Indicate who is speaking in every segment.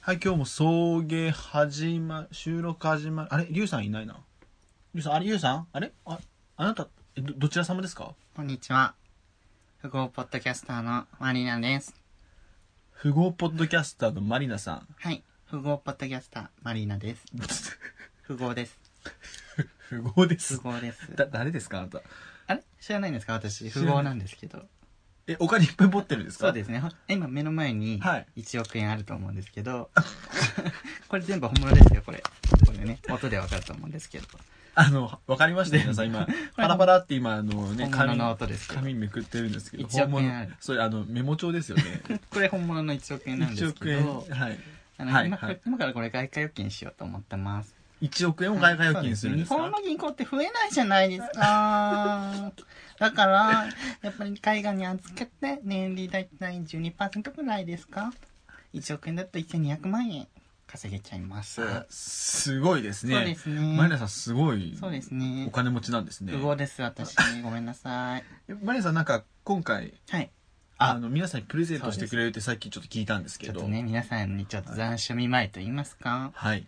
Speaker 1: はい、今日も送迎始ま、収録始ま、あれリュウさんいないな。リュウさん、あれリュウさんあれあ、あなた、えど、どちら様ですか
Speaker 2: こんにちは。富豪ポッドキャスターのマリナです。
Speaker 1: 富豪ポッドキャスターのマリナさん。
Speaker 2: はい。富豪ポッドキャスター、マリナです。富豪です。
Speaker 1: 富豪で
Speaker 2: 富
Speaker 1: す。
Speaker 2: 豪です。
Speaker 1: だ、誰ですかあなた。
Speaker 2: あれ知らないんですか私、
Speaker 1: 知ら
Speaker 2: 富
Speaker 1: ない
Speaker 2: 豪なんですけど。
Speaker 1: え、お金いっぱい持ってるんですか。
Speaker 2: そうですすね。ほ今目の前に
Speaker 1: はい
Speaker 2: 1億円あると思うんですけど、 これ全部本物ですよ、これ。これね、音でわかると思うんですけど。
Speaker 1: あの、わかりました皆さん、今、パラパラって今、あのね、
Speaker 2: 本物の音ですけど
Speaker 1: 紙めくってるんですけど、
Speaker 2: 一億円
Speaker 1: 本物
Speaker 2: ある
Speaker 1: それ、あの、メモ帳ですよね。
Speaker 2: これ本物の1億円なんで
Speaker 1: 1
Speaker 2: す
Speaker 1: 億
Speaker 2: け
Speaker 1: 円。
Speaker 2: ど、
Speaker 1: はい。
Speaker 2: あの
Speaker 1: はい
Speaker 2: 今
Speaker 1: はい
Speaker 2: 今からこれ外貨預金しようと思ってます。
Speaker 1: 1億円を外貨預金するんです
Speaker 2: そう
Speaker 1: か
Speaker 2: ね日本の銀行って増えないじゃないです か。だから、やっぱり海外に預けて、年利だいたい12%くらいですか ?1 億円だと1200万円稼げちゃいます。
Speaker 1: あすごいですね。
Speaker 2: そうですね
Speaker 1: マリナさん、すごい。
Speaker 2: そうですね
Speaker 1: お。金持ちなんですね。
Speaker 2: 不合です、私。ごめんなさい。
Speaker 1: マリナさんなんか今回
Speaker 2: はい。
Speaker 1: あ
Speaker 2: あ
Speaker 1: の皆さんにプレゼントしてくれるってさっきちょっと聞いたんですけ
Speaker 2: ちょっ
Speaker 1: ど
Speaker 2: とね、皆さんにちょっと残暑見舞いと言いますか、
Speaker 1: はい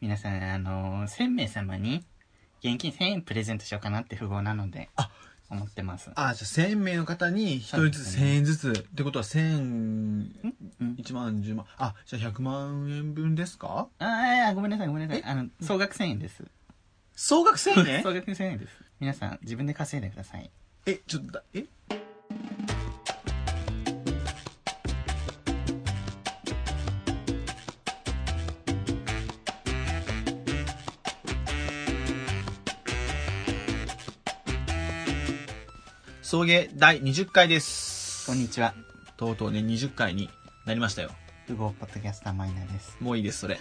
Speaker 2: 皆さん、あの、1000名様に現金1000円プレゼントしようかなって不合なので
Speaker 1: あ、
Speaker 2: 思ってます。
Speaker 1: あじゃあ1000名の方に1人ずつ
Speaker 2: そうですね
Speaker 1: 1000円ずつ、ってことは1000
Speaker 2: うん
Speaker 1: 1万10万あじゃあ100万円分ですか
Speaker 2: ああ、ごめんなさい、ごめんなさい。あの、総額1000円です。
Speaker 1: 総額1000円
Speaker 2: 総額1000円です。皆さん、自分で稼いでください。
Speaker 1: えちょっとだえ送迎第20回です
Speaker 2: こんにちは。
Speaker 1: とうとうね20回になりましたよ
Speaker 2: 富豪ポッドキャスターマイナーです。
Speaker 1: もういいですそれ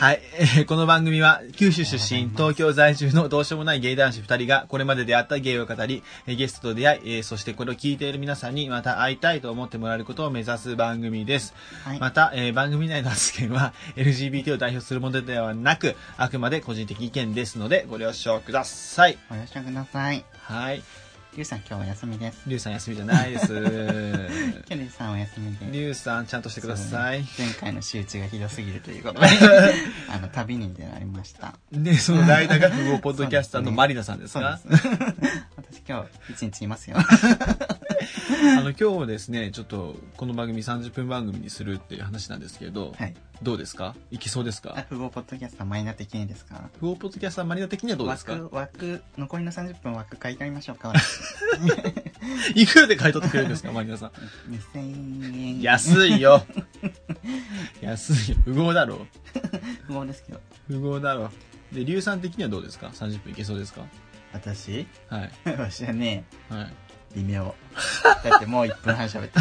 Speaker 1: はい、 えーこの番組は九州出身東京在住のどうしようもない芸男子2人がこれまで出会った芸を語りえーゲストと出会い、えーそしてこれを聞いている皆さんにまた会いたいと思ってもらえることを目指す番組です
Speaker 2: はい。
Speaker 1: また、えー番組内の発言は LGBT を代表するものではなくあくまで個人的意見ですのでご了承ください
Speaker 2: ご了承ください。
Speaker 1: はい
Speaker 2: りゅうさん、今日お休みです。
Speaker 1: リュウさん休みじゃない です
Speaker 2: きょりゅうさん、お休みです。
Speaker 1: リュウさんちゃんとしてください
Speaker 2: 前回の仕打ちがひどすぎるという ことで、あの、旅に出られました。
Speaker 1: でその代 打が不合ポッドキャスターのマリナさんです
Speaker 2: そう
Speaker 1: か
Speaker 2: です。私、今日、一日いますよ。
Speaker 1: あの今日ですねちょっとこの番組30分番組にするっていう話なんですけど、
Speaker 2: はい。
Speaker 1: どうですかいきそうです
Speaker 2: あ、
Speaker 1: か
Speaker 2: 富豪ポッドキャスターマイナー的にですか
Speaker 1: 不合ポッドキャスターマリナ的にはどうですか
Speaker 2: 枠、枠、残りの30分枠買い替えましょうか。
Speaker 1: いくらで買い取ってくれるんですかマリナさん
Speaker 2: 2000円。
Speaker 1: 安い よ安いよ不合だろ
Speaker 2: 不合ですけど。
Speaker 1: 不合だろで硫酸的にはどうですか30分いけそうですか
Speaker 2: 私
Speaker 1: はい
Speaker 2: 私はね、
Speaker 1: はい
Speaker 2: 微妙。だってもう1分半喋って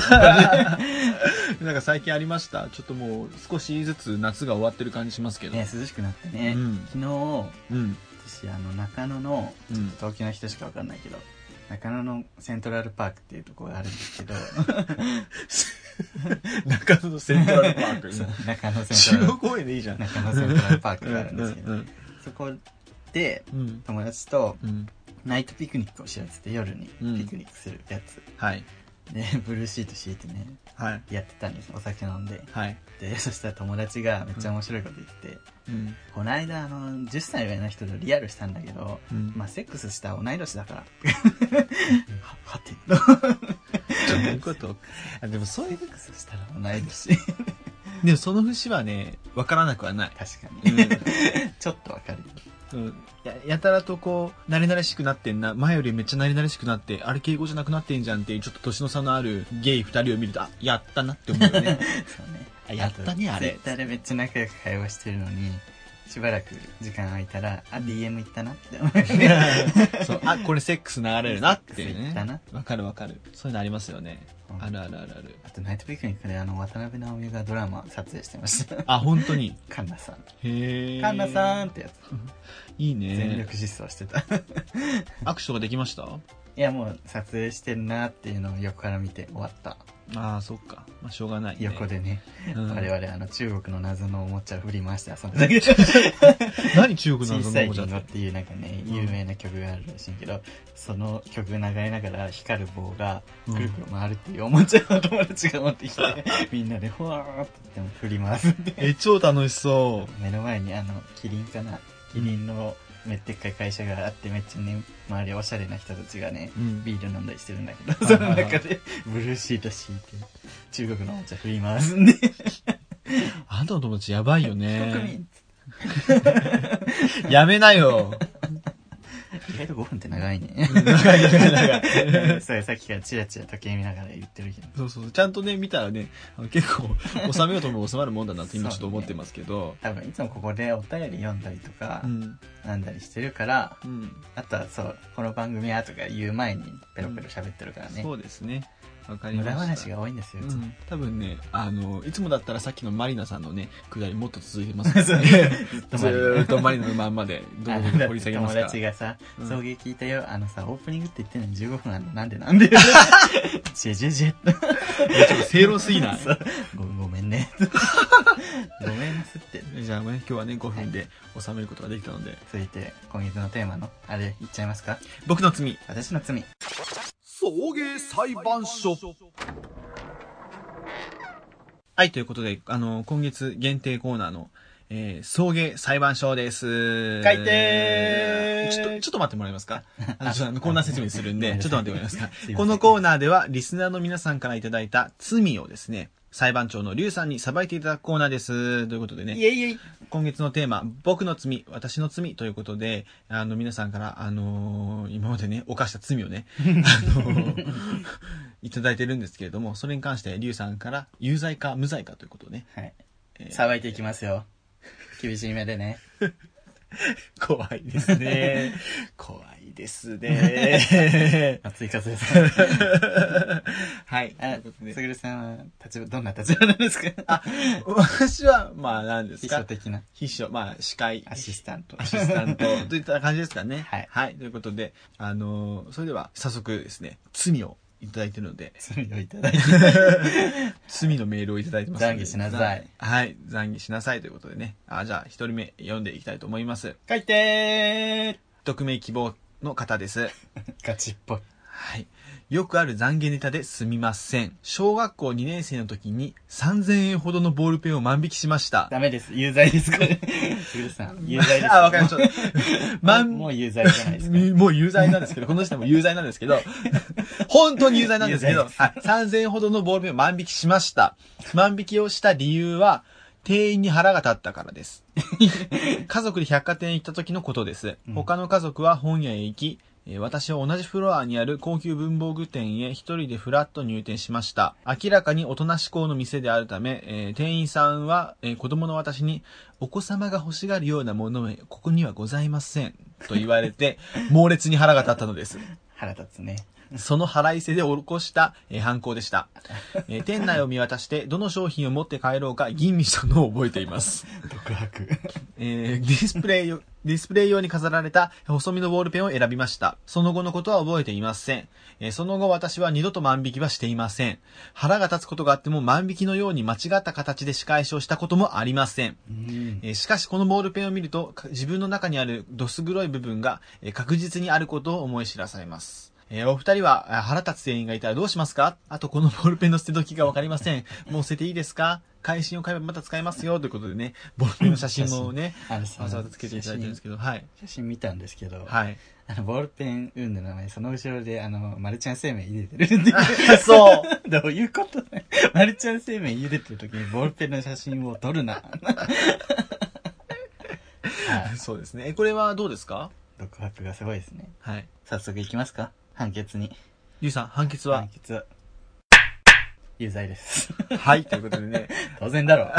Speaker 2: る。
Speaker 1: なんか最近ありましたちょっともう少しずつ夏が終わってる感じしますけ ど、
Speaker 2: ね、涼しくなってね。
Speaker 1: うん
Speaker 2: 昨日、
Speaker 1: うん
Speaker 2: 私、あの、中野の、
Speaker 1: うん
Speaker 2: 東京の人しかわかんないけど、中野のセントラルパークっていうところがあるんですけど、
Speaker 1: 中野のセントラルパーク
Speaker 2: そう中野セン
Speaker 1: 中
Speaker 2: トラ
Speaker 1: 央
Speaker 2: ル、
Speaker 1: 公園でいいじゃん
Speaker 2: 中野セントラルパーク
Speaker 1: う
Speaker 2: があるんですけど、
Speaker 1: ん
Speaker 2: そこで、
Speaker 1: うん
Speaker 2: 友達と
Speaker 1: うん
Speaker 2: ナイトピクニックをしようっつって夜に
Speaker 1: うん
Speaker 2: ピクニックするやつ。
Speaker 1: はい
Speaker 2: で、ブルーシート敷いてね、
Speaker 1: はい
Speaker 2: やってたんです。お酒飲んで。
Speaker 1: はい
Speaker 2: で、そしたら友達がめっちゃ面白いこと言ってて、
Speaker 1: うん
Speaker 2: この間あの10歳上の人とリアルしたんだけど、
Speaker 1: うん
Speaker 2: まあセックスした同い年だからははて
Speaker 1: どういうこと あでもそういう
Speaker 2: セックスしたら同い年
Speaker 1: でもその節はねわからなくはない、
Speaker 2: 確か
Speaker 1: う
Speaker 2: に、
Speaker 1: ん
Speaker 2: ちょっとわかるよ
Speaker 1: うんややたらとこう慣れ慣れしくなってんな前よりめっちゃ慣れ慣れしくなってあれ敬語じゃなくなってんじゃんっていうちょっと年の差のあるゲイ2人を見るとあやったなって思うよ ね
Speaker 2: そうね
Speaker 1: あやったねあれ
Speaker 2: ツイッターでめっちゃ仲良く会話してるのにしばらく時間空いたらあ DM 行ったなって思 う
Speaker 1: そうあこれセックス流れるなっていう
Speaker 2: セックスだ
Speaker 1: ね
Speaker 2: な
Speaker 1: わかるわかるそういうのありますよね、
Speaker 2: うん
Speaker 1: あるあるあるある
Speaker 2: あとナイトピクニックであの渡辺直美がドラマ撮影して ました
Speaker 1: あ本当に
Speaker 2: カンナさん
Speaker 1: へえ
Speaker 2: カンナさん
Speaker 1: ん
Speaker 2: ってやつ、
Speaker 1: いい
Speaker 2: 全
Speaker 1: ね
Speaker 2: 力疾走してたい
Speaker 1: 握手とかできました
Speaker 2: やもう撮影してんなっていうのを横から見て終わった
Speaker 1: ああ、そっか。まあ、しょうがない、ね。
Speaker 2: 横でね、
Speaker 1: うん
Speaker 2: 我々あの中国の謎のおもちゃを振り回して遊んでたけど、
Speaker 1: 何中国な
Speaker 2: 小
Speaker 1: んだ
Speaker 2: さ
Speaker 1: ろう
Speaker 2: い
Speaker 1: じゃ
Speaker 2: 銀河っていうなんかね、
Speaker 1: うん
Speaker 2: 有名な曲があるらしいけど、その曲流れながら光る棒が
Speaker 1: うん
Speaker 2: くるくる回るっていうおもちゃを友達が持って きて、みんなでほわーっと振り回すんで。
Speaker 1: え、超楽しそ
Speaker 2: 目の前にあのキリンかなキリンのめっでっかい会社があってめっちゃね周りおしゃれな人たちがね
Speaker 1: う。うん。
Speaker 2: ビール飲んだりしてるんだけど
Speaker 1: はい
Speaker 2: そ
Speaker 1: はい
Speaker 2: の
Speaker 1: はい
Speaker 2: 中でブルーシート敷いて中国のお茶振り回すんで
Speaker 1: あんたの友達やばいよ
Speaker 2: 国
Speaker 1: ね。
Speaker 2: 民
Speaker 1: やめなよ。
Speaker 2: 意外と5分って長いね
Speaker 1: 長い長い 長い。
Speaker 2: そうさっきからチラチラ時計見ながら言ってるけど
Speaker 1: そうそう。ちゃんとね、見たらね、あの結構、収めようと思えば収まるもんだなって今ちょっと思ってますけど。
Speaker 2: 多分いつもここでお便り読んだりとか
Speaker 1: う、ん。
Speaker 2: なんだりしてるから
Speaker 1: うん。
Speaker 2: あとはそうこの番組はとか言う前にペロペロ喋ってるからね、
Speaker 1: そうですね。わかりま
Speaker 2: 無
Speaker 1: した。
Speaker 2: 駄話が多いんですよ、うち
Speaker 1: うん、多分ねあのいつもだったらさっきのマリナさんのねくだりもっと続いてます
Speaker 2: そう
Speaker 1: ね
Speaker 2: ずっと
Speaker 1: ず
Speaker 2: マリナ
Speaker 1: ーっとマリナのまんまでど
Speaker 2: あ
Speaker 1: う
Speaker 2: の だっ
Speaker 1: 掘り
Speaker 2: て
Speaker 1: 下げま
Speaker 2: 友
Speaker 1: すか
Speaker 2: 達がさ「
Speaker 1: うん
Speaker 2: 送迎聞いたよあのさオープニングって言ってんのに15分あるのなんでな んで?」ジェジェジェっと
Speaker 1: ちょっと正論すぎない
Speaker 2: そうごごめんね ごめんなすって
Speaker 1: じゃあ、ね、今日はね5分で収めることができたので、
Speaker 2: 続いて今月のテーマのあれ言っちゃいますか
Speaker 1: 僕の罪
Speaker 2: 私の罪
Speaker 1: 送迎裁判所はいということであの今月限定コーナーの、えー、送迎裁判所です
Speaker 2: 改定
Speaker 1: ちょっとちょっと待ってもらえますかあのちょっとあ のコーナー説明するんでちょっと待ってもらえますか
Speaker 2: すいません
Speaker 1: このコーナーではリスナーの皆さんからいただいた罪をですね裁判長の劉さんに裁いていただくコーナーですということでね
Speaker 2: いえいえ
Speaker 1: 今月のテーマ、僕の罪、私の罪ということで、あの、皆さんから、あのー今までね、犯した罪を ね、あのーいただいてるんですけれども、それに関して、リュウさんから、有罪か無罪かということをね、
Speaker 2: はい
Speaker 1: えー
Speaker 2: さばいていきますよ厳しい目でね
Speaker 1: 怖いですね。 怖いです ね。
Speaker 2: 松井 和代さん
Speaker 1: はい。とい
Speaker 2: あ
Speaker 1: うことで
Speaker 2: 卓さんは立場どんな立場なんですか
Speaker 1: あ、私は、まあ、何です
Speaker 2: 秘
Speaker 1: か
Speaker 2: 書的な
Speaker 1: 秘書、まあ、司会、
Speaker 2: アシスタント
Speaker 1: ア シスタントといった感じですかね。
Speaker 2: はい
Speaker 1: ということで、あのーそれでは早速ですね、罪をいただいてるので、
Speaker 2: 罪をいただき
Speaker 1: 罪のメールをいただいてますので
Speaker 2: 懺悔しなさい。
Speaker 1: はい、懺悔しなさいということでね。あ、じゃあ、一人目読んでいきたいと思います。
Speaker 2: 書いて
Speaker 1: 匿名希望の方です。
Speaker 2: ガチっぽい
Speaker 1: はい。よくある懺悔ネタですみません。小学校2年生の時に3000円ほどのボールペンを万引きしました。
Speaker 2: ダメです。有罪です、これ。すぐるさん、有罪で す。
Speaker 1: あ、わかりました。万
Speaker 2: もう有罪じゃないですか。
Speaker 1: もう有罪なんですけど、この人も有罪なんですけど、本当に有罪なんですけど、
Speaker 2: 有罪で
Speaker 1: はい3000円ほどのボールペンを万引きしました。万引きをした理由は、店員に腹が立ったから です。家族で百貨店へ行った時のことです。
Speaker 2: うん
Speaker 1: 他の家族は本屋へ行き、えー私は同じフロアにある高級文房具店へ一人でフラッと入店しました。明らかに大人志向の店であるため、えー店員さんは、えー子供の私に、お子様が欲しがるようなものはここにはございません。と言われ て、猛烈に腹が立ったのです。
Speaker 2: 腹立つね。
Speaker 1: その腹いせで起こした、えー犯行でした、えー店内を見渡して、どの商品を持って帰ろうか吟味したのを覚えています。
Speaker 2: 独白。
Speaker 1: えーディスプレイ用、ディスプレイ用に飾られた細身のボールペンを選びました。その後のことは覚えていません。えーその後私は二度と万引きはしていません。腹が立つことがあっても万引きのように間違った形で仕返しをしたこともありません。
Speaker 2: うん。
Speaker 1: えーしかしこのボールペンを見るとか自分の中にあるどす黒い部分がえー確実にあることを思い知らされます。えーお二人はあ腹立つ店員がいたらどうしますかあとこのボールペンの捨て時がわかりませ ん。もう捨てていいですか会心を買えばまた使えますよということでね、ボールペンの写真もね、
Speaker 2: あの
Speaker 1: わざわざつけていただいてるんですけど、はい。
Speaker 2: 写真見たんですけど、
Speaker 1: はい。
Speaker 2: あの、ボールペン、うんの名前、その後ろで、あの、マルちゃん生命茹でてるんで。。
Speaker 1: そう
Speaker 2: どういうことだよマルちゃん生命茹でてる時にボールペンの写真を撮る な。はい
Speaker 1: そうですね。えこれはどうですか
Speaker 2: 独白がすごいですね。
Speaker 1: はい。
Speaker 2: 早速いきますか判決に。
Speaker 1: ゆうさん、判決は
Speaker 2: 判決は。有罪 です。
Speaker 1: はい。ということでね。
Speaker 2: 当然 だろ。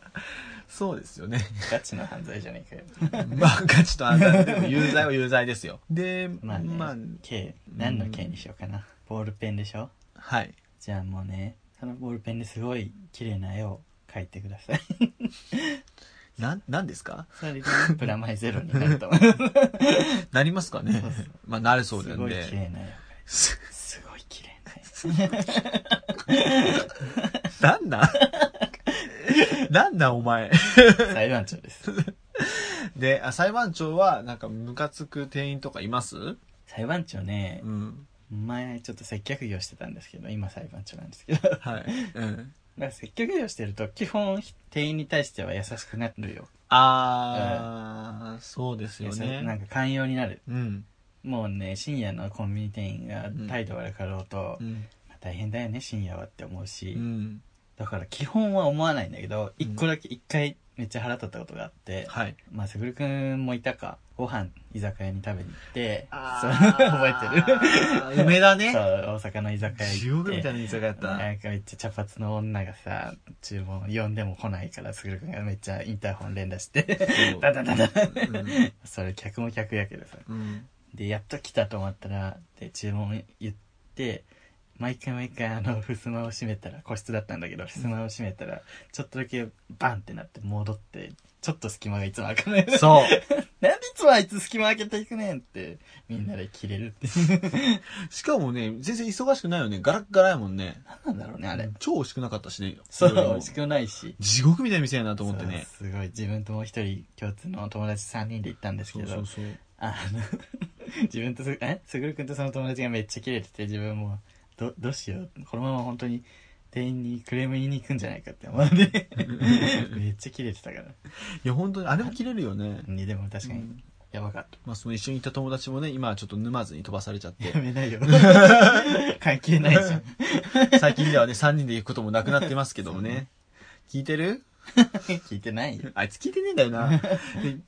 Speaker 1: そうですよね。
Speaker 2: ガチの犯罪じゃねえかよ。
Speaker 1: まあ、ガチとあんたでも有罪は有罪ですよ。で、
Speaker 2: まあね、
Speaker 1: まあ、
Speaker 2: 刑、何の刑にしようかな。ボールペンでしょ
Speaker 1: はい。
Speaker 2: じゃあもうね、そのボールペンですごい綺麗な絵を描いてください。
Speaker 1: なん、なんですか
Speaker 2: それでね、プラマイゼロになると思う。
Speaker 1: なりますかね
Speaker 2: そうそう
Speaker 1: まあ、なるそう
Speaker 2: す
Speaker 1: なん
Speaker 2: ごい綺
Speaker 1: で。
Speaker 2: 麗な絵を描いて。
Speaker 1: す
Speaker 2: すごい綺麗な
Speaker 1: なん だなんだお前。
Speaker 2: 裁判長 です。
Speaker 1: で、あ裁判長は、なんか、ムカつく店員とかいます
Speaker 2: 裁判長ね
Speaker 1: う、ん。
Speaker 2: 前ちょっと接客業してたんですけど、今裁判長なんですけど。だか
Speaker 1: はい。うん。
Speaker 2: ら接客業してると、基本、店員に対しては優しくなるよ。
Speaker 1: あー、そうですよ
Speaker 2: 優しな
Speaker 1: ね。
Speaker 2: んか寛容になる。
Speaker 1: うん。
Speaker 2: もうね、深夜のコンビニ店員が
Speaker 1: ん
Speaker 2: 態度悪かろうと、
Speaker 1: うん。
Speaker 2: まあ大変だよね、深夜はって思うし。
Speaker 1: うん。
Speaker 2: だから基本は思わないんだけど、
Speaker 1: うん
Speaker 2: 一個だけ、一回めっちゃ腹立ったことがあって、
Speaker 1: はい。
Speaker 2: まあ、すぐるくんもいたか、ご飯、居酒屋に食べに行って、そう、 覚えてる
Speaker 1: 覚えてる梅だね
Speaker 2: そ。う、大阪の居酒屋
Speaker 1: 地
Speaker 2: 行っ
Speaker 1: 獄
Speaker 2: て。
Speaker 1: みたいな居酒屋やった。
Speaker 2: なんかめっちゃ茶髪の女がさ、注文呼んでも来ないから、すぐるくんがめっちゃインターホン連打して、
Speaker 1: そう
Speaker 2: ダダダダ。
Speaker 1: うん
Speaker 2: それ客も客やけどさ。
Speaker 1: うん。
Speaker 2: で、やっと来たと思ったら、で、注文言って、毎回毎回あの、襖を閉めたら、個室だったんだけど、襖を閉めたら、ちょっとだけバンってなって戻って、ちょっと隙間がいつも開かない。
Speaker 1: そう。
Speaker 2: なんでいつもあいつ隙間開けていくねんって、みんなで切れるって。
Speaker 1: しかもね、全然忙しくないよね。ガラッガラやもんね。
Speaker 2: なんだろうね、あれ。
Speaker 1: 超美味しくなかったしね。
Speaker 2: そう、
Speaker 1: 料理も
Speaker 2: 美味しくないし。
Speaker 1: 地獄みたいな店やなと思ってね。
Speaker 2: そうすごい、自分ともう一人共通の友達3人で行ったんですけ
Speaker 1: そ
Speaker 2: ど、
Speaker 1: うそうそう。
Speaker 2: あの、 自分とす、えすぐるくんとその友達がめっちゃキレてて、自分も、ど、どうしよう。このまま本当に、店員にクレーム言いに行くんじゃないかって思 って。めっちゃキレてたから。
Speaker 1: いや、本当に、あれも切れるよね。
Speaker 2: ね、でも確か
Speaker 1: う
Speaker 2: に
Speaker 1: ん、
Speaker 2: やばか った。
Speaker 1: まあ、その一緒に行った友達もね、今はちょっと沼津に飛ばされちゃっ
Speaker 2: や
Speaker 1: て、
Speaker 2: めないよ。関係ない じゃん。
Speaker 1: 最近ではね、3人で行くこともなくなってますけどもね。聞いてる
Speaker 2: 聞いてないよ。
Speaker 1: あいつ聞いてねえんだよ な。で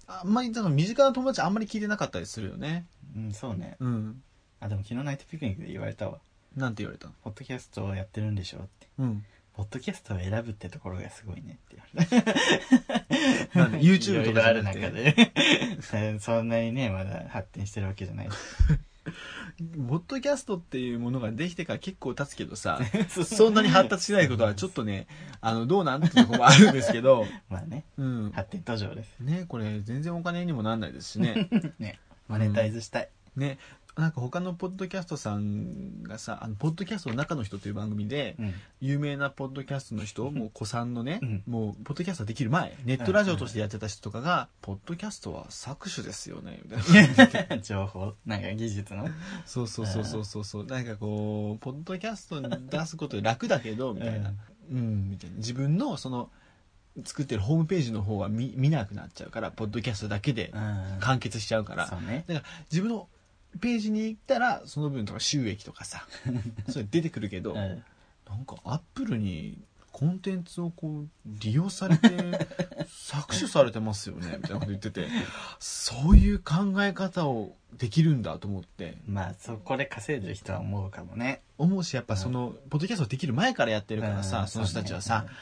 Speaker 1: あんまり、その身近な友達あんまり聞いてなかったりするよね。
Speaker 2: うん、そうね。
Speaker 1: うん。
Speaker 2: あ、でも昨日ナイトピクニックで言われたわ。
Speaker 1: なんて言われたの
Speaker 2: ポッドキャストをやってるんでしょって。
Speaker 1: うん。
Speaker 2: ポッドキャストを選ぶってところがすごいねって言われた。
Speaker 1: なんで YouTube と
Speaker 2: と
Speaker 1: か
Speaker 2: か
Speaker 1: じ
Speaker 2: あ
Speaker 1: ゃ
Speaker 2: る
Speaker 1: なく
Speaker 2: 中
Speaker 1: て、
Speaker 2: で。そんなにね、まだ発展してるわけじゃないし。
Speaker 1: ボッドキャストっていうものができてから結構経つけどさ、そんなに発達しないことはちょっとね、あの、どうなんってとこもあるんですけど、
Speaker 2: まあね、
Speaker 1: うん。
Speaker 2: 発展途上です。
Speaker 1: ね、これ全然お金にもなんないですしね。
Speaker 2: ね。 マネタイズしたい。
Speaker 1: ね、なんか他のポッドキャストさんがさ、あの、ポッドキャストの中の人という番組で、
Speaker 2: うん。
Speaker 1: 有名なポッドキャストの人、もう子さんのね、
Speaker 2: うん
Speaker 1: もう、ポッドキャストできる前、ネットラジオとしてやってた人とかが、ポッドキャストは搾取ですよね、みたいな。
Speaker 2: 情報、なんか技術の。
Speaker 1: そうそうそうそうそうそう。なんかこう、ポッドキャストに出すこと楽だけど、みたいな。うん、みたいな。自分の、その、作ってるホームページの方は見見なくなっちゃうから、ポッドキャストだけで
Speaker 2: うん。
Speaker 1: 完結しちゃうから。
Speaker 2: そうね。
Speaker 1: だから自分のページに行ったらその分とか収益とか さそれ出てくるけど、
Speaker 2: う
Speaker 1: なん
Speaker 2: ん。
Speaker 1: かアップルにコンテンツをこう利用されて搾取されてますよねみたいなこと言っててそういう考え方をできるんだと思って
Speaker 2: まあ、そこで稼いでる人は思うかもね。
Speaker 1: 思うしやっぱその、ポッドキャストできる前からやってるからさ、
Speaker 2: うん
Speaker 1: その人たちはさ
Speaker 2: そうね、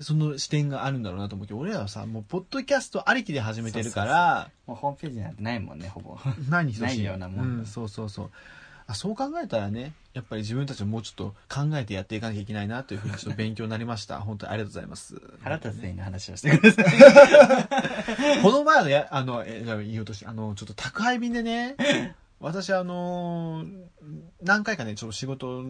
Speaker 1: その視点があるんだろうなと思うけど俺らはさもうポッドキャストありきで始めてるから
Speaker 2: もうホームページなんてないもんね、ほぼ。
Speaker 1: ないに等しい
Speaker 2: ないようなもん
Speaker 1: うん、そうそうそうあそう考えたらねやっぱり自分たちももうちょっと考えてやっていかなきゃいけないなというふうにちょっと勉強になりました 本当にありがとうございます
Speaker 2: 腹立つ店員の話をしてください。
Speaker 1: この前のやあのえやべ言おうとしてあのちょっと宅配便で ね私あのー何回かねちょっと仕事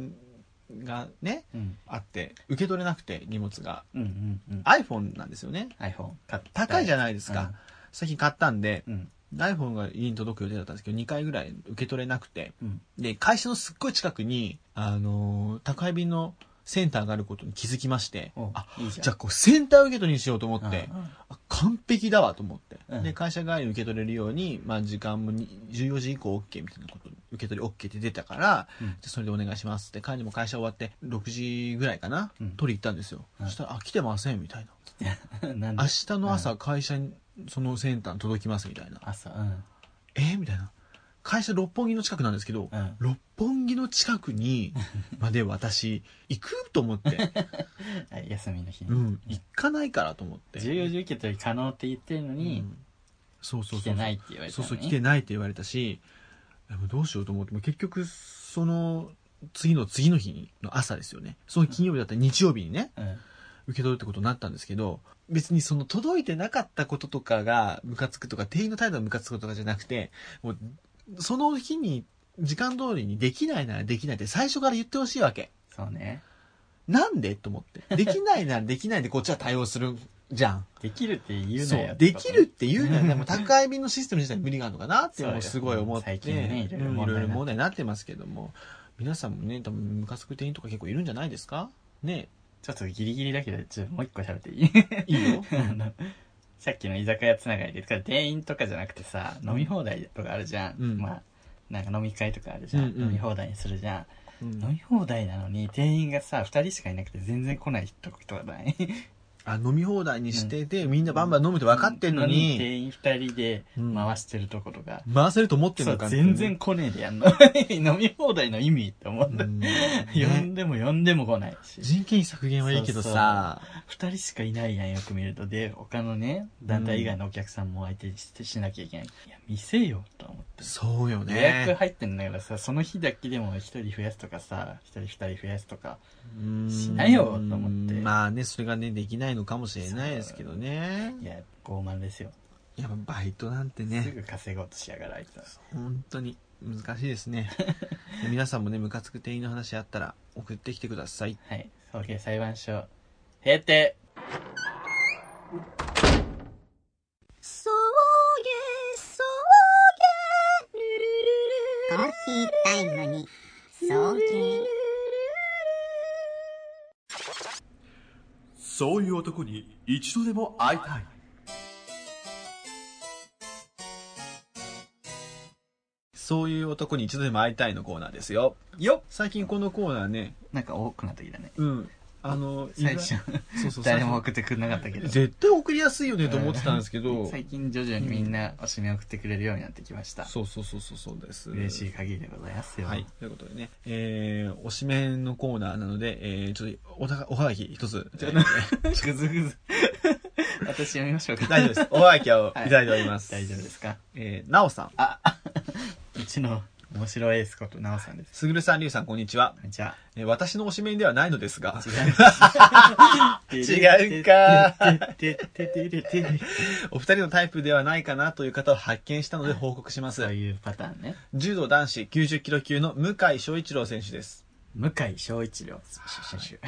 Speaker 1: がね
Speaker 2: うん。
Speaker 1: あって受け取れなくて荷物が
Speaker 2: うんうんうん。
Speaker 1: iPhone なんですよね
Speaker 2: iPhone 買った。
Speaker 1: 高いじゃ
Speaker 2: ない
Speaker 1: ないですか、最近買ったんで
Speaker 2: うん。
Speaker 1: iPhone が家に届く予定だったんですけど2回ぐらい受け取れなくて
Speaker 2: うん。
Speaker 1: で、会社のすっごい近くに、あのー宅配便のセンターがあることに気づきまして、
Speaker 2: お
Speaker 1: あ、
Speaker 2: いいじゃん
Speaker 1: じゃあこうセンター受け取りにしようと思って、
Speaker 2: うんうん
Speaker 1: あ完璧だわと思って、
Speaker 2: うん
Speaker 1: で、会社側に受け取れるように、まあ時間もに14時以降 OK みたいなこと、受け取り OK って出たから、
Speaker 2: うん
Speaker 1: じゃあそれでお願いしますって、帰りも会社終わって6時ぐらいかな、
Speaker 2: うん
Speaker 1: 取り行ったんですよ。
Speaker 2: うん
Speaker 1: そしたら、あ、来てませんみたいな。
Speaker 2: なんで
Speaker 1: 明日の朝会社に、そのセンターに届きますみたいな。
Speaker 2: 朝、うん。
Speaker 1: えーみたいな。会社六本木の近くなんですけど、
Speaker 2: うん
Speaker 1: 六本木の近く にまで私行くと思って、
Speaker 2: はい休みの日に。
Speaker 1: うん、行かないからと思って。
Speaker 2: 14時受け取り可能って言ってるの
Speaker 1: う
Speaker 2: に、
Speaker 1: んそうそうそう。
Speaker 2: 来てないって言われた
Speaker 1: そう
Speaker 2: のね
Speaker 1: そう、来てないって言われたし、でもどうしようと思って、もう結局、その、次の次の日の朝ですよね。その金曜日だったら日曜日にね、
Speaker 2: うん。
Speaker 1: 受け取るってことになったんですけど、別にその届いてなかったこととかがムカつくとか、店員の態度がムカつくとかじゃなくて、もう、その日に、時間通りにできないならできないって最初から言ってほしいわけ。
Speaker 2: そうね。
Speaker 1: なんでと思って。できないならできないでこっちは対応するじゃん。
Speaker 2: できるって言う
Speaker 1: そ
Speaker 2: なよ
Speaker 1: う。できるって言うなら、でも宅配便のシステム自体に無理があるのかなっていうのをすごい思って。
Speaker 2: そうだよね最近ね
Speaker 1: うん
Speaker 2: い
Speaker 1: い
Speaker 2: ろ
Speaker 1: ろい
Speaker 2: い
Speaker 1: ろ
Speaker 2: ろ問
Speaker 1: 問題になってますけども、皆さんもね、多分ムカつく店員とか結構いるんじゃないですかね
Speaker 2: ちょっとギリギリだけどちょっともう一個喋っていい
Speaker 1: いい よ。
Speaker 2: あのさっきの居酒屋つながりで店員とかじゃなくてさ飲み放題とかあるじゃん、
Speaker 1: うん
Speaker 2: まあなんか飲み会とかあるじゃん、
Speaker 1: うんうん
Speaker 2: 飲み放題にするじゃん、
Speaker 1: うん
Speaker 2: 飲み放題なのに店員がさ2人しかいなくて全然来ない時とかない
Speaker 1: あ飲み放題にしてて、みんなバンバン飲むって分かってんの に、
Speaker 2: 店員2人で
Speaker 1: うん
Speaker 2: 回してるとことか、
Speaker 1: 回せると思ってん
Speaker 2: そう
Speaker 1: のかっていう
Speaker 2: 全然来ねえでやんの 飲み放題の意味って思うんだ、
Speaker 1: うん
Speaker 2: 呼
Speaker 1: ね
Speaker 2: んでも呼んでも来ないし
Speaker 1: 人件費削減はいいけどさ、
Speaker 2: 2人しかいないやんよく見るとで他のね団体以外のお客さんも相手にしてしなきゃいけない、いや見せよと思って
Speaker 1: そうよ
Speaker 2: 予約
Speaker 1: ね。
Speaker 2: 入ってんだからさその日だけでも1人増やすとかさ1人2人増やすとか
Speaker 1: うん
Speaker 2: しないよと思って
Speaker 1: まあね、それがね、できないのかもしれないですけどね
Speaker 2: い。や傲慢ですよ
Speaker 1: やっぱバイトなんて
Speaker 2: す
Speaker 1: ね、
Speaker 2: ぐ稼ごうとしやがるあいつは
Speaker 1: 本当に難しいです ね。で皆さんもね、ムカつく店員の話あったら送ってきてください。
Speaker 2: はい早慶裁判所閉廷
Speaker 3: そうげそうげルル
Speaker 4: コーヒータイムに送迎
Speaker 5: そういう男に一度でも会いたい。
Speaker 1: そういう男に一度でも会いたいのコーナーですよ。
Speaker 2: よっ
Speaker 1: 最近このコーナーね、
Speaker 2: なんか多くなってきたね
Speaker 1: うん。あの、
Speaker 2: 最初
Speaker 1: 意外そうそう
Speaker 2: 誰も送ってくれなかったけど
Speaker 1: 絶対送りやすいよねと思ってたんですけど、
Speaker 2: 最近徐々にみんなおしめ送ってくれるようになってきました、
Speaker 1: そうそうそうそうそうです。
Speaker 2: 嬉しい限りでございますよ
Speaker 1: はい。ということでね、えー、おしめのコーナーなので、えー、ちょっとおた、おはがき一つ。
Speaker 2: ぐずぐず。 私読みましょうか。
Speaker 1: 大丈夫 です。おはがきをい
Speaker 2: は
Speaker 1: ただいております。
Speaker 2: 大丈夫ですか
Speaker 1: えー、なおさん、
Speaker 2: うちの面白いエースこと、なおさんです。
Speaker 1: すぐるさん、りゅうさん、こんにちは。
Speaker 2: じゃ
Speaker 1: えー私のおしめではないのですが、
Speaker 2: あ、違
Speaker 1: 違うか。
Speaker 2: てててててて。
Speaker 1: お二人のタイプではないかなという方を発見したので報告しま
Speaker 2: そう
Speaker 1: す。
Speaker 2: いうパターンね。
Speaker 1: 柔道男子90キロ級の向井翔一郎選手です。
Speaker 2: 向井翔一郎選手。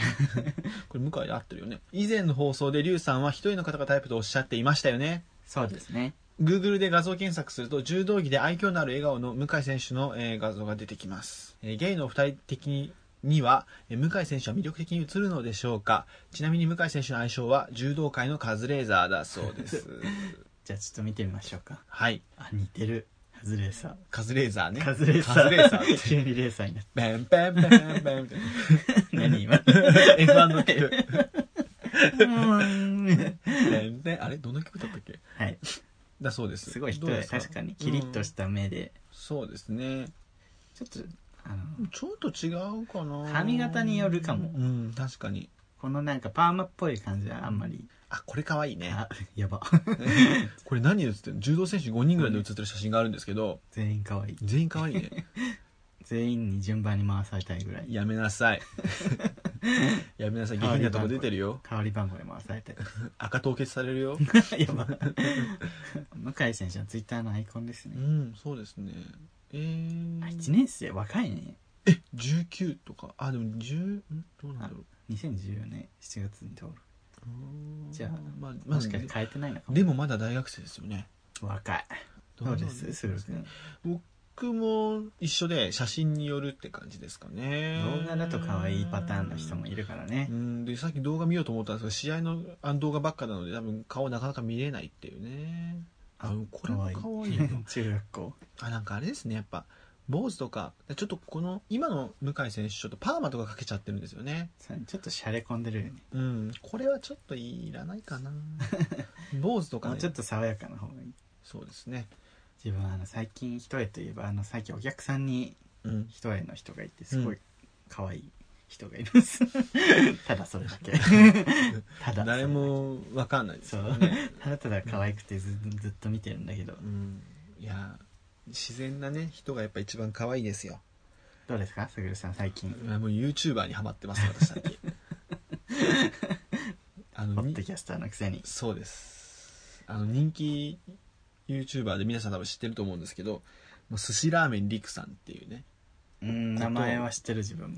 Speaker 1: これ向井で合ってるよね以前の放送で劉さんは一人の方がタイプとおっしゃっていましたよね
Speaker 2: そうですね。
Speaker 1: Google で画像検索すると柔道着で愛嬌のある笑顔の向井選手の、えー画像が出てきます、えーゲイのお二人的にには、えー向井選手は魅力的に映るのでしょうかちなみに向井選手の愛称は柔道界のカズレーザーだそうです
Speaker 2: じゃあちょっと見てみましょうか。
Speaker 1: はい
Speaker 2: あ、似てる。カズレーサ
Speaker 1: カズレーザーね
Speaker 2: ー。カズレーサー。
Speaker 1: カズレーザ ー
Speaker 2: 急にレーサーになっ
Speaker 1: ペンペンペンペンペンみたい
Speaker 2: た。何今。
Speaker 1: な F1 の曲 ペンペンあれどの曲だったっけ
Speaker 2: はい。
Speaker 1: だそうです
Speaker 2: すごい人
Speaker 1: どう
Speaker 2: で
Speaker 1: です
Speaker 2: 確かにキリッとした目で、
Speaker 1: そうですね
Speaker 2: ちょっと、あの、
Speaker 1: ちょっと違うかな
Speaker 2: 髪型によるかも
Speaker 1: うん確かに
Speaker 2: このなんかパーマっぽい感じはあんまり、
Speaker 1: あこれかわいいね
Speaker 2: あ、やば。
Speaker 1: これ何で写ってるの柔道選手5人ぐらいで写ってる写真があるんですけど、
Speaker 2: 全員可愛い。
Speaker 1: 全員かわいい ね
Speaker 2: 全員に順番に回されたいぐらい。
Speaker 1: やめなさ いやめなさい下品なとこ出てるよ
Speaker 2: 代わり番号で回された
Speaker 1: 赤凍結されるよ
Speaker 2: い。 やば。向井選手のツイッターのアイコンです
Speaker 1: う
Speaker 2: ね。
Speaker 1: んそうですねえー、
Speaker 2: あ、1年生若いね。
Speaker 1: 19とかあでも10んどうなんだろう
Speaker 2: 2014年7月に登録。
Speaker 1: うーん
Speaker 2: じゃあ
Speaker 1: まあ、ま
Speaker 2: も
Speaker 1: あ、
Speaker 2: しかして変えてないのかも。
Speaker 1: でもまだ大学生ですよね
Speaker 2: 若い。どうですすぐくん。
Speaker 1: 僕も一緒で写真によるって感じですかね
Speaker 2: 動画だと可愛いパターンの人もいるからね
Speaker 1: う。んでさっき動画見ようと思ったんですが試合のあの動画ばっかなので多分顔なかなか見れないっていうねあこれも可愛いよ
Speaker 2: 中学校。
Speaker 1: あなんかあれですねやっぱ坊主とかちょっとこの今の向井選手ちょっとパーマとかかけちゃってるんですよね
Speaker 2: そうちょっとシャレ込んでるよね。
Speaker 1: うんこれはちょっといらない かな坊主とか、
Speaker 2: も
Speaker 1: ね、
Speaker 2: うちょっと爽やかな方がいい。
Speaker 1: そうですね
Speaker 2: 自分はあの最近一重といえばあの最近お客さんに
Speaker 1: うん
Speaker 2: 一重の人がいてすご
Speaker 1: う
Speaker 2: い可愛い人がいます ただそれだけただそれだけ
Speaker 1: 誰もわかんないです
Speaker 2: そ
Speaker 1: よ
Speaker 2: う
Speaker 1: ね
Speaker 2: ただただ可愛くてずずっと見てるんだけど
Speaker 1: うんいや自然なね人がやっぱ一番可愛いですよ
Speaker 2: どうですかすぐるさん最近
Speaker 1: もう YouTuber にハマってます私 最近あ
Speaker 2: ポ
Speaker 1: の
Speaker 2: ッ
Speaker 1: に
Speaker 2: ドキャスターのくせに
Speaker 1: そうですあの人気 YouTuber で皆さん多分知ってると思うんですけどもう寿司ラーメンりくさんっていうね
Speaker 2: うん名前は知ってる自分も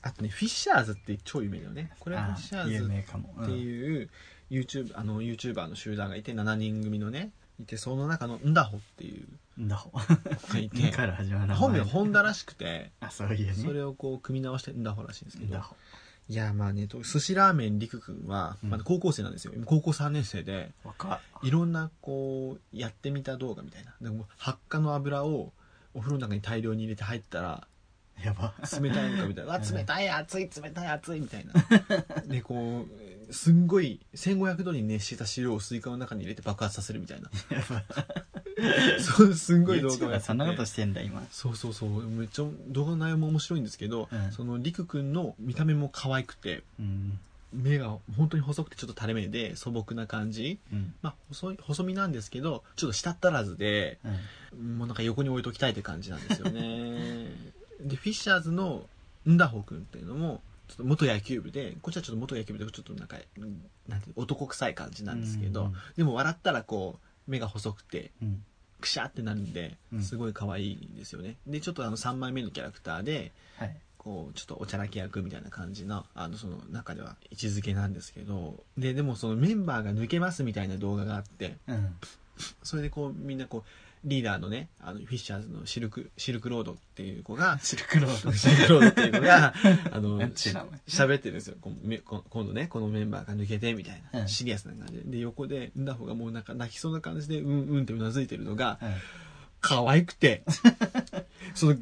Speaker 1: あとね、フィッシャーズって超有名だよね。これはフィッシャーズ
Speaker 2: 有
Speaker 1: っ
Speaker 2: 名かも、うん
Speaker 1: ていう YouTube、あの YouTuber の集団がいて7人組のねいてその中のんだほっていう
Speaker 2: だほ
Speaker 1: のがいて
Speaker 2: から始まる名前
Speaker 1: 本名本田らしくて
Speaker 2: あそういうね
Speaker 1: それをこう組み直してんだほらしいんですけ
Speaker 2: んだ
Speaker 1: ど
Speaker 2: ほ
Speaker 1: いやまあねと寿司ラーメンりくくんは
Speaker 2: うん
Speaker 1: まだ高校生なんですよ今高校3年生で
Speaker 2: 若
Speaker 1: いろんなこうやってみた動画みたいなでも発火の油をお風呂の中に大量に入れて入ったら
Speaker 2: っやば
Speaker 1: 冷たいのかみ たいな「わ冷たい熱い冷たい熱い」みたい なでこうすんごい1500度に熱した汁をスイカの中に入れて爆発させるみたいな
Speaker 2: やば
Speaker 1: そうすん
Speaker 2: す
Speaker 1: ごい動画をやってて
Speaker 2: そんなことしてんだ今
Speaker 1: そうそうそうめっちゃ動画の内容も面白いんですけど、
Speaker 2: うん
Speaker 1: そのりくくんの見た目も可愛くて
Speaker 2: うん
Speaker 1: 目が本当に細くてちょっと垂れ目で素朴な感じ
Speaker 2: うん
Speaker 1: まあ細い細身なんですけどちょっと舌足らずで
Speaker 2: うん
Speaker 1: もうなんか横に置いときたいって感じなんですよ ねでフィッシャーズのンダホ君っていうのもちょっと元野球部でこっちはちょっと元野球部でちょっとなんかうんなんていう男臭い感じなんですけど、
Speaker 2: うん
Speaker 1: でも笑ったらこう目が細くて
Speaker 2: うん
Speaker 1: くしゃってなるんで
Speaker 2: うん
Speaker 1: すごい可愛いんですよね、でちょっとあの3枚目のキャラクターで
Speaker 2: はい
Speaker 1: こうちょっとおちゃらけ役みたいな感じのあのその中では位置づけなんですけどででもそのメンバーが抜けますみたいな動画があって
Speaker 2: うん
Speaker 1: それでこうみんなこうリーダーのねあのフィッシャーズのシルクシルクロードっていう子が
Speaker 2: シルクロード
Speaker 1: シルクロードっていう子 があの
Speaker 2: なんてい
Speaker 1: し
Speaker 2: う名前
Speaker 1: 喋ってるんですよこうめこ今度ねこのメンバーが抜けてみたいな、
Speaker 2: うん
Speaker 1: シリアスな感じでで横でンダホがもうなんか泣きそうな感じでうんうんってうなずいてるのが
Speaker 2: うん
Speaker 1: 可愛くて その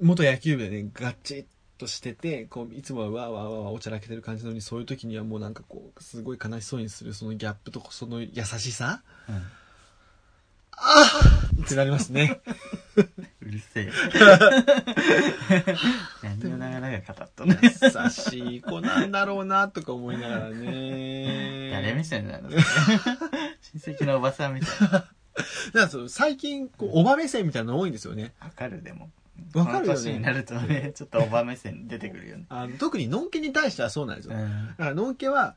Speaker 1: 元野球部でねガチッとしててこういつもはわーわーわーわーおちゃらけてる感じなのにそういう時にはもうなんかこうすごい悲しそうにするそのギャップとその優しさ
Speaker 2: うん
Speaker 1: ってなりますね。
Speaker 2: うるせえ何を長々語っとんね
Speaker 1: 優しい子なんだろうなとか思いながら ね。
Speaker 2: 誰目線なの親戚のおばさんみたいな
Speaker 1: なんかそう最近こう、おば目線みたいなの多いんですよね。
Speaker 2: わかるでも
Speaker 1: わかる
Speaker 2: こ
Speaker 1: よ
Speaker 2: の年にな
Speaker 1: ね。
Speaker 2: るとねちょっとおば目線出てくるよね
Speaker 1: あの特にのんけに対してはそうなんです
Speaker 2: う
Speaker 1: よ。だ
Speaker 2: ん
Speaker 1: からのんけは、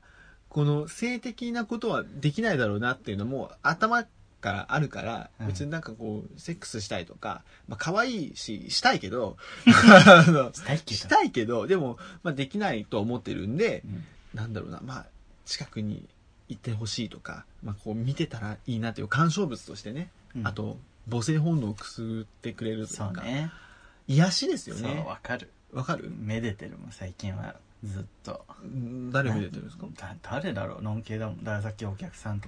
Speaker 1: この性的なことはできないだろうなっていうのも頭からあるから、
Speaker 2: うん
Speaker 1: 別になんかこう、セックスしたいとか、まあ可愛いし、したいけ ど、あの
Speaker 2: したいけど
Speaker 1: したいけど、でも、まあできないと思ってるんで、
Speaker 2: うん
Speaker 1: なんだろうな、まあ、近くにいてほしいとか、まあ、こう見てたらいいなという鑑賞物としてね、
Speaker 2: うん
Speaker 1: あと、母性本能をくすぐってくれるという
Speaker 2: そう
Speaker 1: か、
Speaker 2: ね
Speaker 1: 癒しですよ
Speaker 2: そう
Speaker 1: ね。
Speaker 2: わかる
Speaker 1: わかる
Speaker 2: めでてるもん最近はずっと
Speaker 1: ん誰を見てるんですか
Speaker 2: だ誰だろうのんけだもんだからさっきお客さんと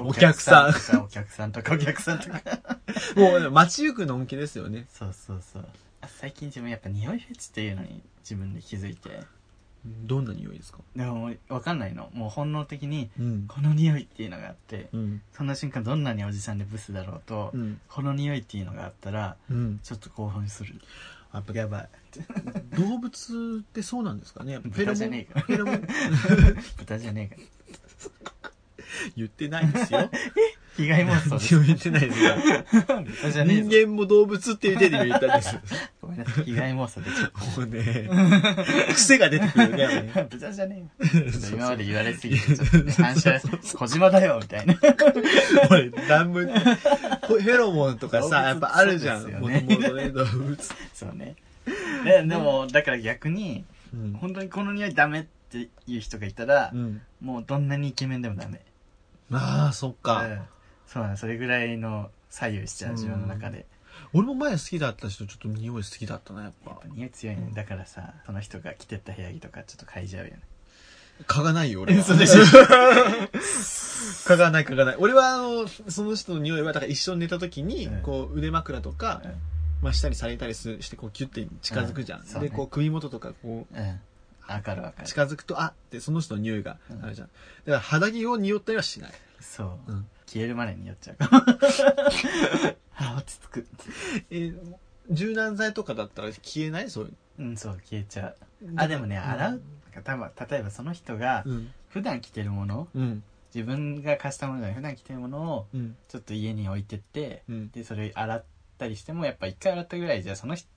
Speaker 1: お客さん
Speaker 2: お客さんとかお客さんとかお客さんとか
Speaker 1: もう、街行くのんけですよね。
Speaker 2: そうそうそうあ最近自分やっぱ匂いフェチっていうのに自分で気づいて
Speaker 1: どんな匂いですか
Speaker 2: でももうわかんないのもう本能的に
Speaker 1: うん。
Speaker 2: この匂いっていうのがあって
Speaker 1: うん。
Speaker 2: そんな瞬間どんなにおじさんでブスだろうと、
Speaker 1: うん。
Speaker 2: この匂いっていうのがあったら
Speaker 1: うん。
Speaker 2: ちょっと興奮する
Speaker 1: やっぱ
Speaker 2: やばい
Speaker 1: 動物ってそうなんですかねやっぱフェロ
Speaker 2: 豚じゃ
Speaker 1: モ
Speaker 2: ね
Speaker 1: ン
Speaker 2: えか
Speaker 1: フェロモン
Speaker 2: 豚じゃねえか
Speaker 1: 言ってないですよ。
Speaker 2: 被害妄想です
Speaker 1: 言ってないですよ。
Speaker 2: 豚じゃねえぞ
Speaker 1: 人間も動物っていう手で言ったんです。
Speaker 2: ごめんなさい被害妄想でちょっと
Speaker 1: もうね、癖が出てくるね。
Speaker 2: 豚じゃねえよ。今まで言われすぎて、ちょっとね、反射、小島だよ、みたいな。
Speaker 1: 俺、なんも、フェロモンとかさ、やっぱあるじゃん。
Speaker 2: 動
Speaker 1: も
Speaker 2: 物
Speaker 1: と
Speaker 2: って
Speaker 1: もとね、動物。
Speaker 2: そうね。ででも、だから逆に、
Speaker 1: うん。
Speaker 2: 本当にこの匂いダメっていう人がいたら、もうどんなにイケメンでもダメ。
Speaker 1: まあ、そっか。
Speaker 2: うんそうなの、それぐらいの左右しちゃう、自分の中で。
Speaker 1: 俺も前好きだった人、ちょっと匂い好きだったな、やっ
Speaker 2: やっ
Speaker 1: ぱ
Speaker 2: ぱ。匂い強いね。だからさ、その人が着てった部屋着とかちょっと嗅いじゃうよね。
Speaker 1: 嗅がないよ、俺は。
Speaker 2: そう でしょ
Speaker 1: 嗅がない、嗅がない。俺は、あの、その人の匂いは、だから一緒に寝た時に
Speaker 2: うん、
Speaker 1: こう、腕枕とか
Speaker 2: うん、
Speaker 1: まあ、したりされたりすして、こう、キュッて近づくじゃ
Speaker 2: うん
Speaker 1: ん。
Speaker 2: そうね
Speaker 1: で、こう、首元とか、こう、
Speaker 2: うん。わかるわかる。
Speaker 1: 近づくと、あって、その人の匂いがあるじゃん。だから、肌着を匂ったりはしない。
Speaker 2: そう
Speaker 1: う。ん。
Speaker 2: 消えるまでに酔っちゃうかも。あ、落ち着く。
Speaker 1: えー柔軟剤とかだったら消えないそういう
Speaker 2: うん、そう、消えちゃう。
Speaker 1: の
Speaker 2: あでもね
Speaker 1: うん
Speaker 2: 洗うなんか多分例えばその人が
Speaker 1: うん
Speaker 2: 普段着てるもの
Speaker 1: うん
Speaker 2: 自分が貸したものじゃない普段着てるものを
Speaker 1: うん
Speaker 2: ちょっと家に置いてって
Speaker 1: うん
Speaker 2: でそれ洗ったりしてもやっぱ一回洗ったぐらいじゃその人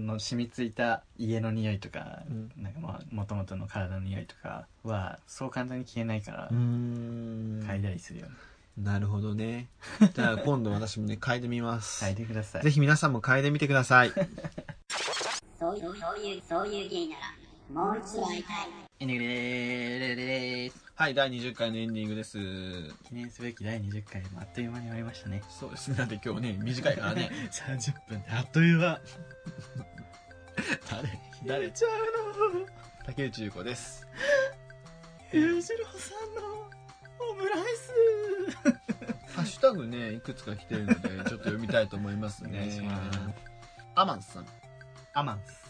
Speaker 2: の染みついた家の匂いとか、
Speaker 1: うん
Speaker 2: なんかまあ元々の体の匂いとかはそう簡単に消えないから
Speaker 1: うーん
Speaker 2: 嗅いだりするよね、
Speaker 1: なるほどねじゃあ今度私もね嗅いでみます
Speaker 2: 嗅いでください
Speaker 1: ぜひ皆さんも嗅いでみてください
Speaker 3: そういう、そういう、そういう芸なら、もう一度会いたい。
Speaker 6: エンディングでーす。
Speaker 1: はい、第20回のエンディングです。
Speaker 2: 記念すべき第20回もあっという間に終わりましたね。
Speaker 1: そうですね。だって今日ね、短いから ね。
Speaker 2: 30分であっという間。
Speaker 1: 誰誰
Speaker 2: ちゃうの
Speaker 1: 竹内優子です。
Speaker 2: 裕次郎さんのオムライス
Speaker 1: ハッシュタグね、いくつか来てるの で、ちょっと読みたいと思います
Speaker 2: お願い
Speaker 1: ね
Speaker 2: します。
Speaker 1: アマンさん。
Speaker 2: アマンス。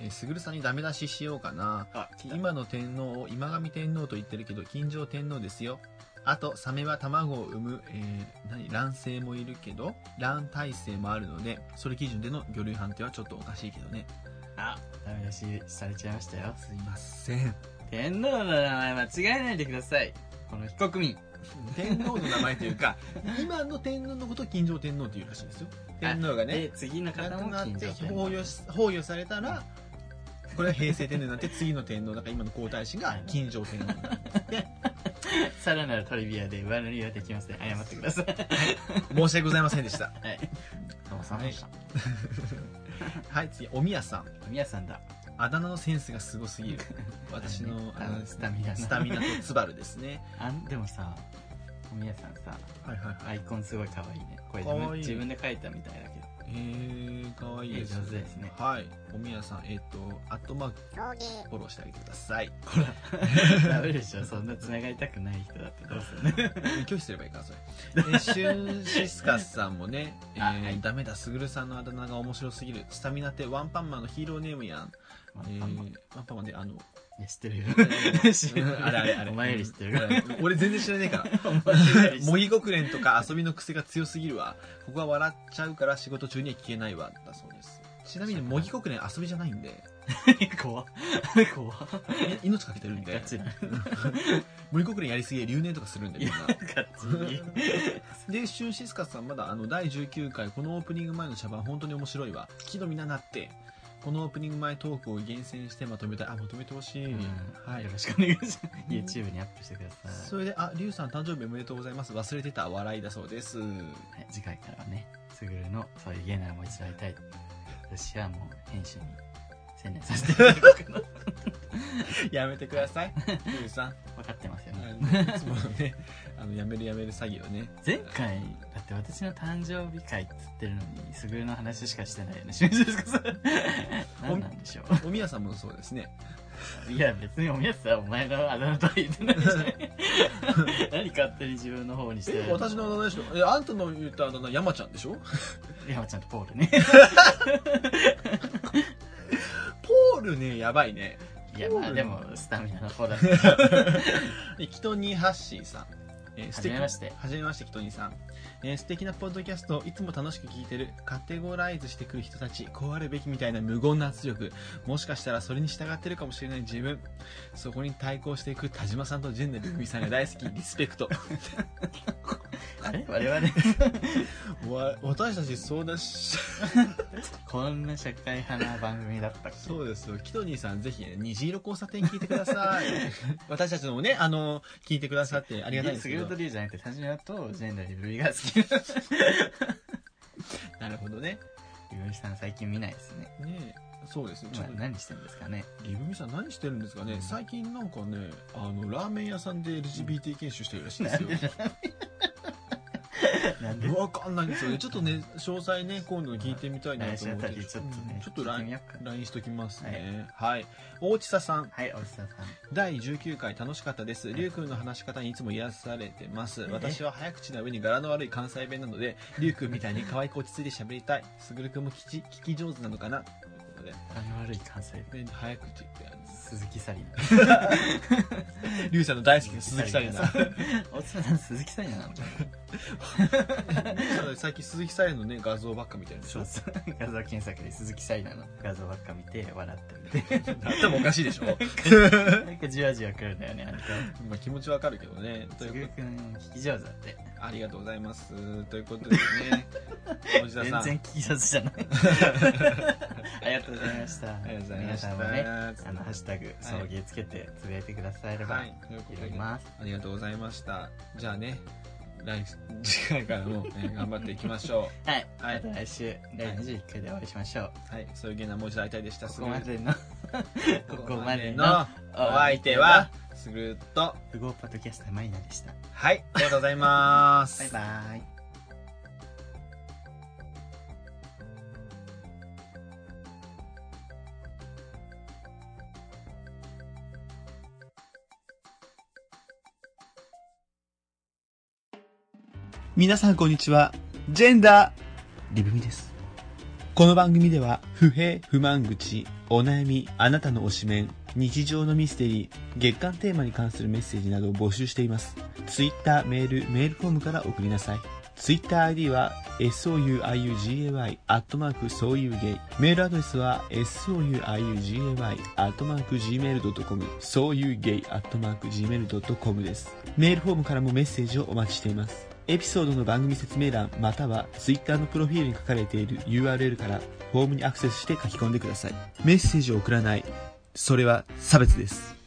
Speaker 1: えー、すぐるさんにダメ出ししようかな。
Speaker 2: あ、
Speaker 1: 今の天皇を今上天皇と言ってるけど、金城天皇ですよ。あと、サメは卵を産む、えー、何、卵性もいるけど、卵耐性もあるので、それ基準での魚類判定はちょっとおかしいけどね。
Speaker 2: あ、ダメ出しされちゃいましたよ。
Speaker 1: すいません。
Speaker 2: 天皇の名前間違えないでください。この非国民。
Speaker 1: 天皇の名前というか、今の天皇のことを金城天皇っていうらしいんですよ。天皇がね
Speaker 2: で、、次の
Speaker 1: 亡
Speaker 2: 方
Speaker 1: く
Speaker 2: も
Speaker 1: なっ
Speaker 2: 金
Speaker 1: て
Speaker 2: 城天
Speaker 1: 崩
Speaker 2: 皇。
Speaker 1: 御し崩御されたらこれは平成天皇になって次の天皇だから今の皇太子が金城天皇になる
Speaker 2: さらなるトリビアで悪いはできますね。謝ってください。
Speaker 1: 申し訳ございませんでした
Speaker 2: はい。どうもさまでした。
Speaker 1: はい次おみやさん
Speaker 2: 宮さんだ。
Speaker 1: あだ名のセンスがすごすぎる私の
Speaker 2: あ
Speaker 1: あ
Speaker 2: の
Speaker 1: の
Speaker 2: スタミナ
Speaker 1: スタミナとツバルですね
Speaker 2: あんでもさ、宮さんさ、
Speaker 1: はいはい
Speaker 2: アイコンすごい可愛いね。これ
Speaker 1: 可愛い
Speaker 2: 自分自分で描いたみたいだ けど。
Speaker 1: えー、かわいいです
Speaker 2: 上手ですね
Speaker 1: はいおみやさんえっ、とアットマーク
Speaker 3: 陶芸。
Speaker 1: フォローしてあげてください
Speaker 2: ダメでしょ。そんな繋がりたくない人だってどうするね。
Speaker 1: 拒否すればいいからそれ、えー、シュンシスカスさんも ね、え
Speaker 2: あ
Speaker 1: ー
Speaker 2: はい
Speaker 1: ダメだスグルさんのあだ名が面白すぎるスタミナってワンパンマンのヒーローネームやん、
Speaker 2: まあ
Speaker 1: えー
Speaker 2: まあまあい
Speaker 1: ワンパンマンであの
Speaker 2: や、知ってるよ。知
Speaker 1: うん
Speaker 2: る
Speaker 1: あれあれあれ
Speaker 2: お前より知ってる
Speaker 1: う。ん俺全然知らねえ から模擬国連とか遊びの癖が強すぎるわここは笑っちゃうから仕事中には聞けないわだそうですちなみに模擬国連遊びじゃないんで
Speaker 2: 怖っ怖っ
Speaker 1: え命かけてるん
Speaker 2: ガ
Speaker 1: で
Speaker 2: チな。
Speaker 1: 模擬国連やりすぎで留年とかするんでみんな
Speaker 2: ガチ。
Speaker 1: で、シュンシスカスさんまだあの第19回このオープニング前の茶番本当に面白いわ。喜怒みななって。このオープニング前トークを厳選してまとめたい。あ、まとめてほしい。
Speaker 2: は。
Speaker 1: はいい
Speaker 2: よ。ろしくお願いします。YouTube にアップしてください。
Speaker 1: それで、あ、リュウさん誕生日おめでとうございます。忘れてた笑いだそうです。
Speaker 2: はい次回からはね、すぐるのそういう芸ならもう一度会いたい。私はもう編集に専念させていただこうかな。
Speaker 1: やめてください。リュウさん。
Speaker 2: 分かってますよ
Speaker 1: あ
Speaker 2: ね。
Speaker 1: のいつものね、あの、やめるやめる詐欺を ね。
Speaker 2: 前回、だって私の誕生日会っつってるのに、すぐるの話しかしてないよね。しゅんしゅんすかさん。何なんでしょ
Speaker 1: おみやさんもそうですね。
Speaker 2: う。いや、別におみやさんお前のあだ名とは言ってないじゃない何勝手に自分の方にして
Speaker 1: え、私のあだ名でしょえ、あんたの言ったあだ名、山ちゃんでしょ
Speaker 2: 山ちゃんとポールね。
Speaker 1: ポールね、やばいね。
Speaker 2: いや、まあでも、スタミナの方だった。
Speaker 1: でキトニーハッシーさん。えー素敵
Speaker 2: はじめまして
Speaker 1: はじめまして、キトニーさん。えー素敵なポッドキャストをいつも楽しく聞いてる、カテゴライズしてくる人たち、こうあるべきみたいな無言の圧力。もしかしたらそれに従ってるかもしれない自分。そこに対抗していく田島さんとジェンネル組さんが大好 き、リスペクト。
Speaker 2: あれ我々、
Speaker 1: わ私たち相談し、
Speaker 2: こんな社会派な番組だったっけ
Speaker 1: そうですよ。キトニーさん、ぜひ、ね、虹色交差点聞いてくださ い。私たちのもね、あの、聞いてくださってありがたいですけ
Speaker 2: 杉
Speaker 1: ど
Speaker 2: 本。龍じゃなくて、田島とジェンダー リブリが好きな。
Speaker 1: なるほどね。
Speaker 2: リブリさん最近見ないですね。
Speaker 1: ねえそうですよ。ちょっ
Speaker 2: 今
Speaker 1: と
Speaker 2: 何してるんですかね。
Speaker 1: リブミさん何してるんですかね最近なんかねあのラーメン屋さんで LGBT 研修してるらしいんですよ
Speaker 2: なんで
Speaker 1: 分かんないんですよねちょっとね詳細ね今度聞いてみたいな
Speaker 2: 来
Speaker 1: と
Speaker 2: 週
Speaker 1: 思
Speaker 2: あ
Speaker 1: ったて
Speaker 2: りちょっと
Speaker 1: うん
Speaker 2: ね、
Speaker 1: ちょっと
Speaker 2: 聞いてみ
Speaker 1: LINE
Speaker 2: ようか
Speaker 1: LINE しときますねはい、大地佐さん
Speaker 2: はい、おじさんさん。
Speaker 1: 第19回楽しかったですりゅうくんの話し方にいつも癒されてます私は早口な上に柄の悪い関西弁なの でりゅうくんみたいに可愛く落ち着いて喋りたいすぐるくんも聞き聞き上手なのかなということで
Speaker 2: あの悪い関西弁。
Speaker 1: ね早口ってあ の
Speaker 2: 鈴木サリナ。
Speaker 1: りゅうさんの大好きな鈴木さんやな
Speaker 2: おじさんさん、鈴木サリナなのかな
Speaker 1: ただ最近鈴木沙莉のね画像ばっか見てるんでし
Speaker 2: そ
Speaker 1: ょ
Speaker 2: うそう。画像検索で鈴木サリナの画像ばっか見て、笑ったみ たい
Speaker 1: 頭おかしいでしょ
Speaker 2: な。なんかじわじわくるんだよね、あの顔。
Speaker 1: まあ気持ちわかるけどねとい
Speaker 2: すぐ
Speaker 1: う
Speaker 2: る
Speaker 1: こ
Speaker 2: くん、聞き上手だって。
Speaker 1: とありがとうございますということでね大地田
Speaker 2: 全
Speaker 1: さん
Speaker 2: 然聞き上手じゃ ない。ありがとうございました。
Speaker 1: ありがとうございました
Speaker 2: 皆さんもね、あの、ハッシュタグ、送迎つけて、つぶやいてくだされば、
Speaker 1: はい
Speaker 2: い、
Speaker 1: ということ
Speaker 2: 拾
Speaker 1: で
Speaker 2: います。
Speaker 1: ありがとうございましたじゃあね来次回からも、えー頑張っていきましょ
Speaker 7: はい。
Speaker 1: はい
Speaker 7: また来週、第21回でお会いしましょう。
Speaker 1: う。はい、そういう芸能もう一度会いたいでした。
Speaker 7: こ
Speaker 1: す
Speaker 7: こ
Speaker 1: ぐ
Speaker 7: まで の、ここまでの、
Speaker 1: お相手は、すぐっと、
Speaker 7: 不合ポッドキャスターマリナでした。
Speaker 1: はい、ありがとうございます。
Speaker 7: バイ バイ。
Speaker 1: 皆さんこんにちは。ジェンダー、リブミです。この番組では、不平、不満口、お悩み、あなたの推しメン、日常のミステリー、月間テーマに関するメッセージなどを募集しています。ツイッター、メール、メールフォームから送りなさい。ツイッター ID は、souiugay、アットマーク、そういうゲイ。メールアドレスは、souiugay、アットマーク、gmail.com、そういうゲイ、アットマーク、gmail.com です。メールフォームからもメッセージをお待ちしています。エピソードの番組説明欄、またはツイッターのプロフィールに書かれている URL から、フォームにアクセスして書き込んでください。メッセージを送らない。それは差別です。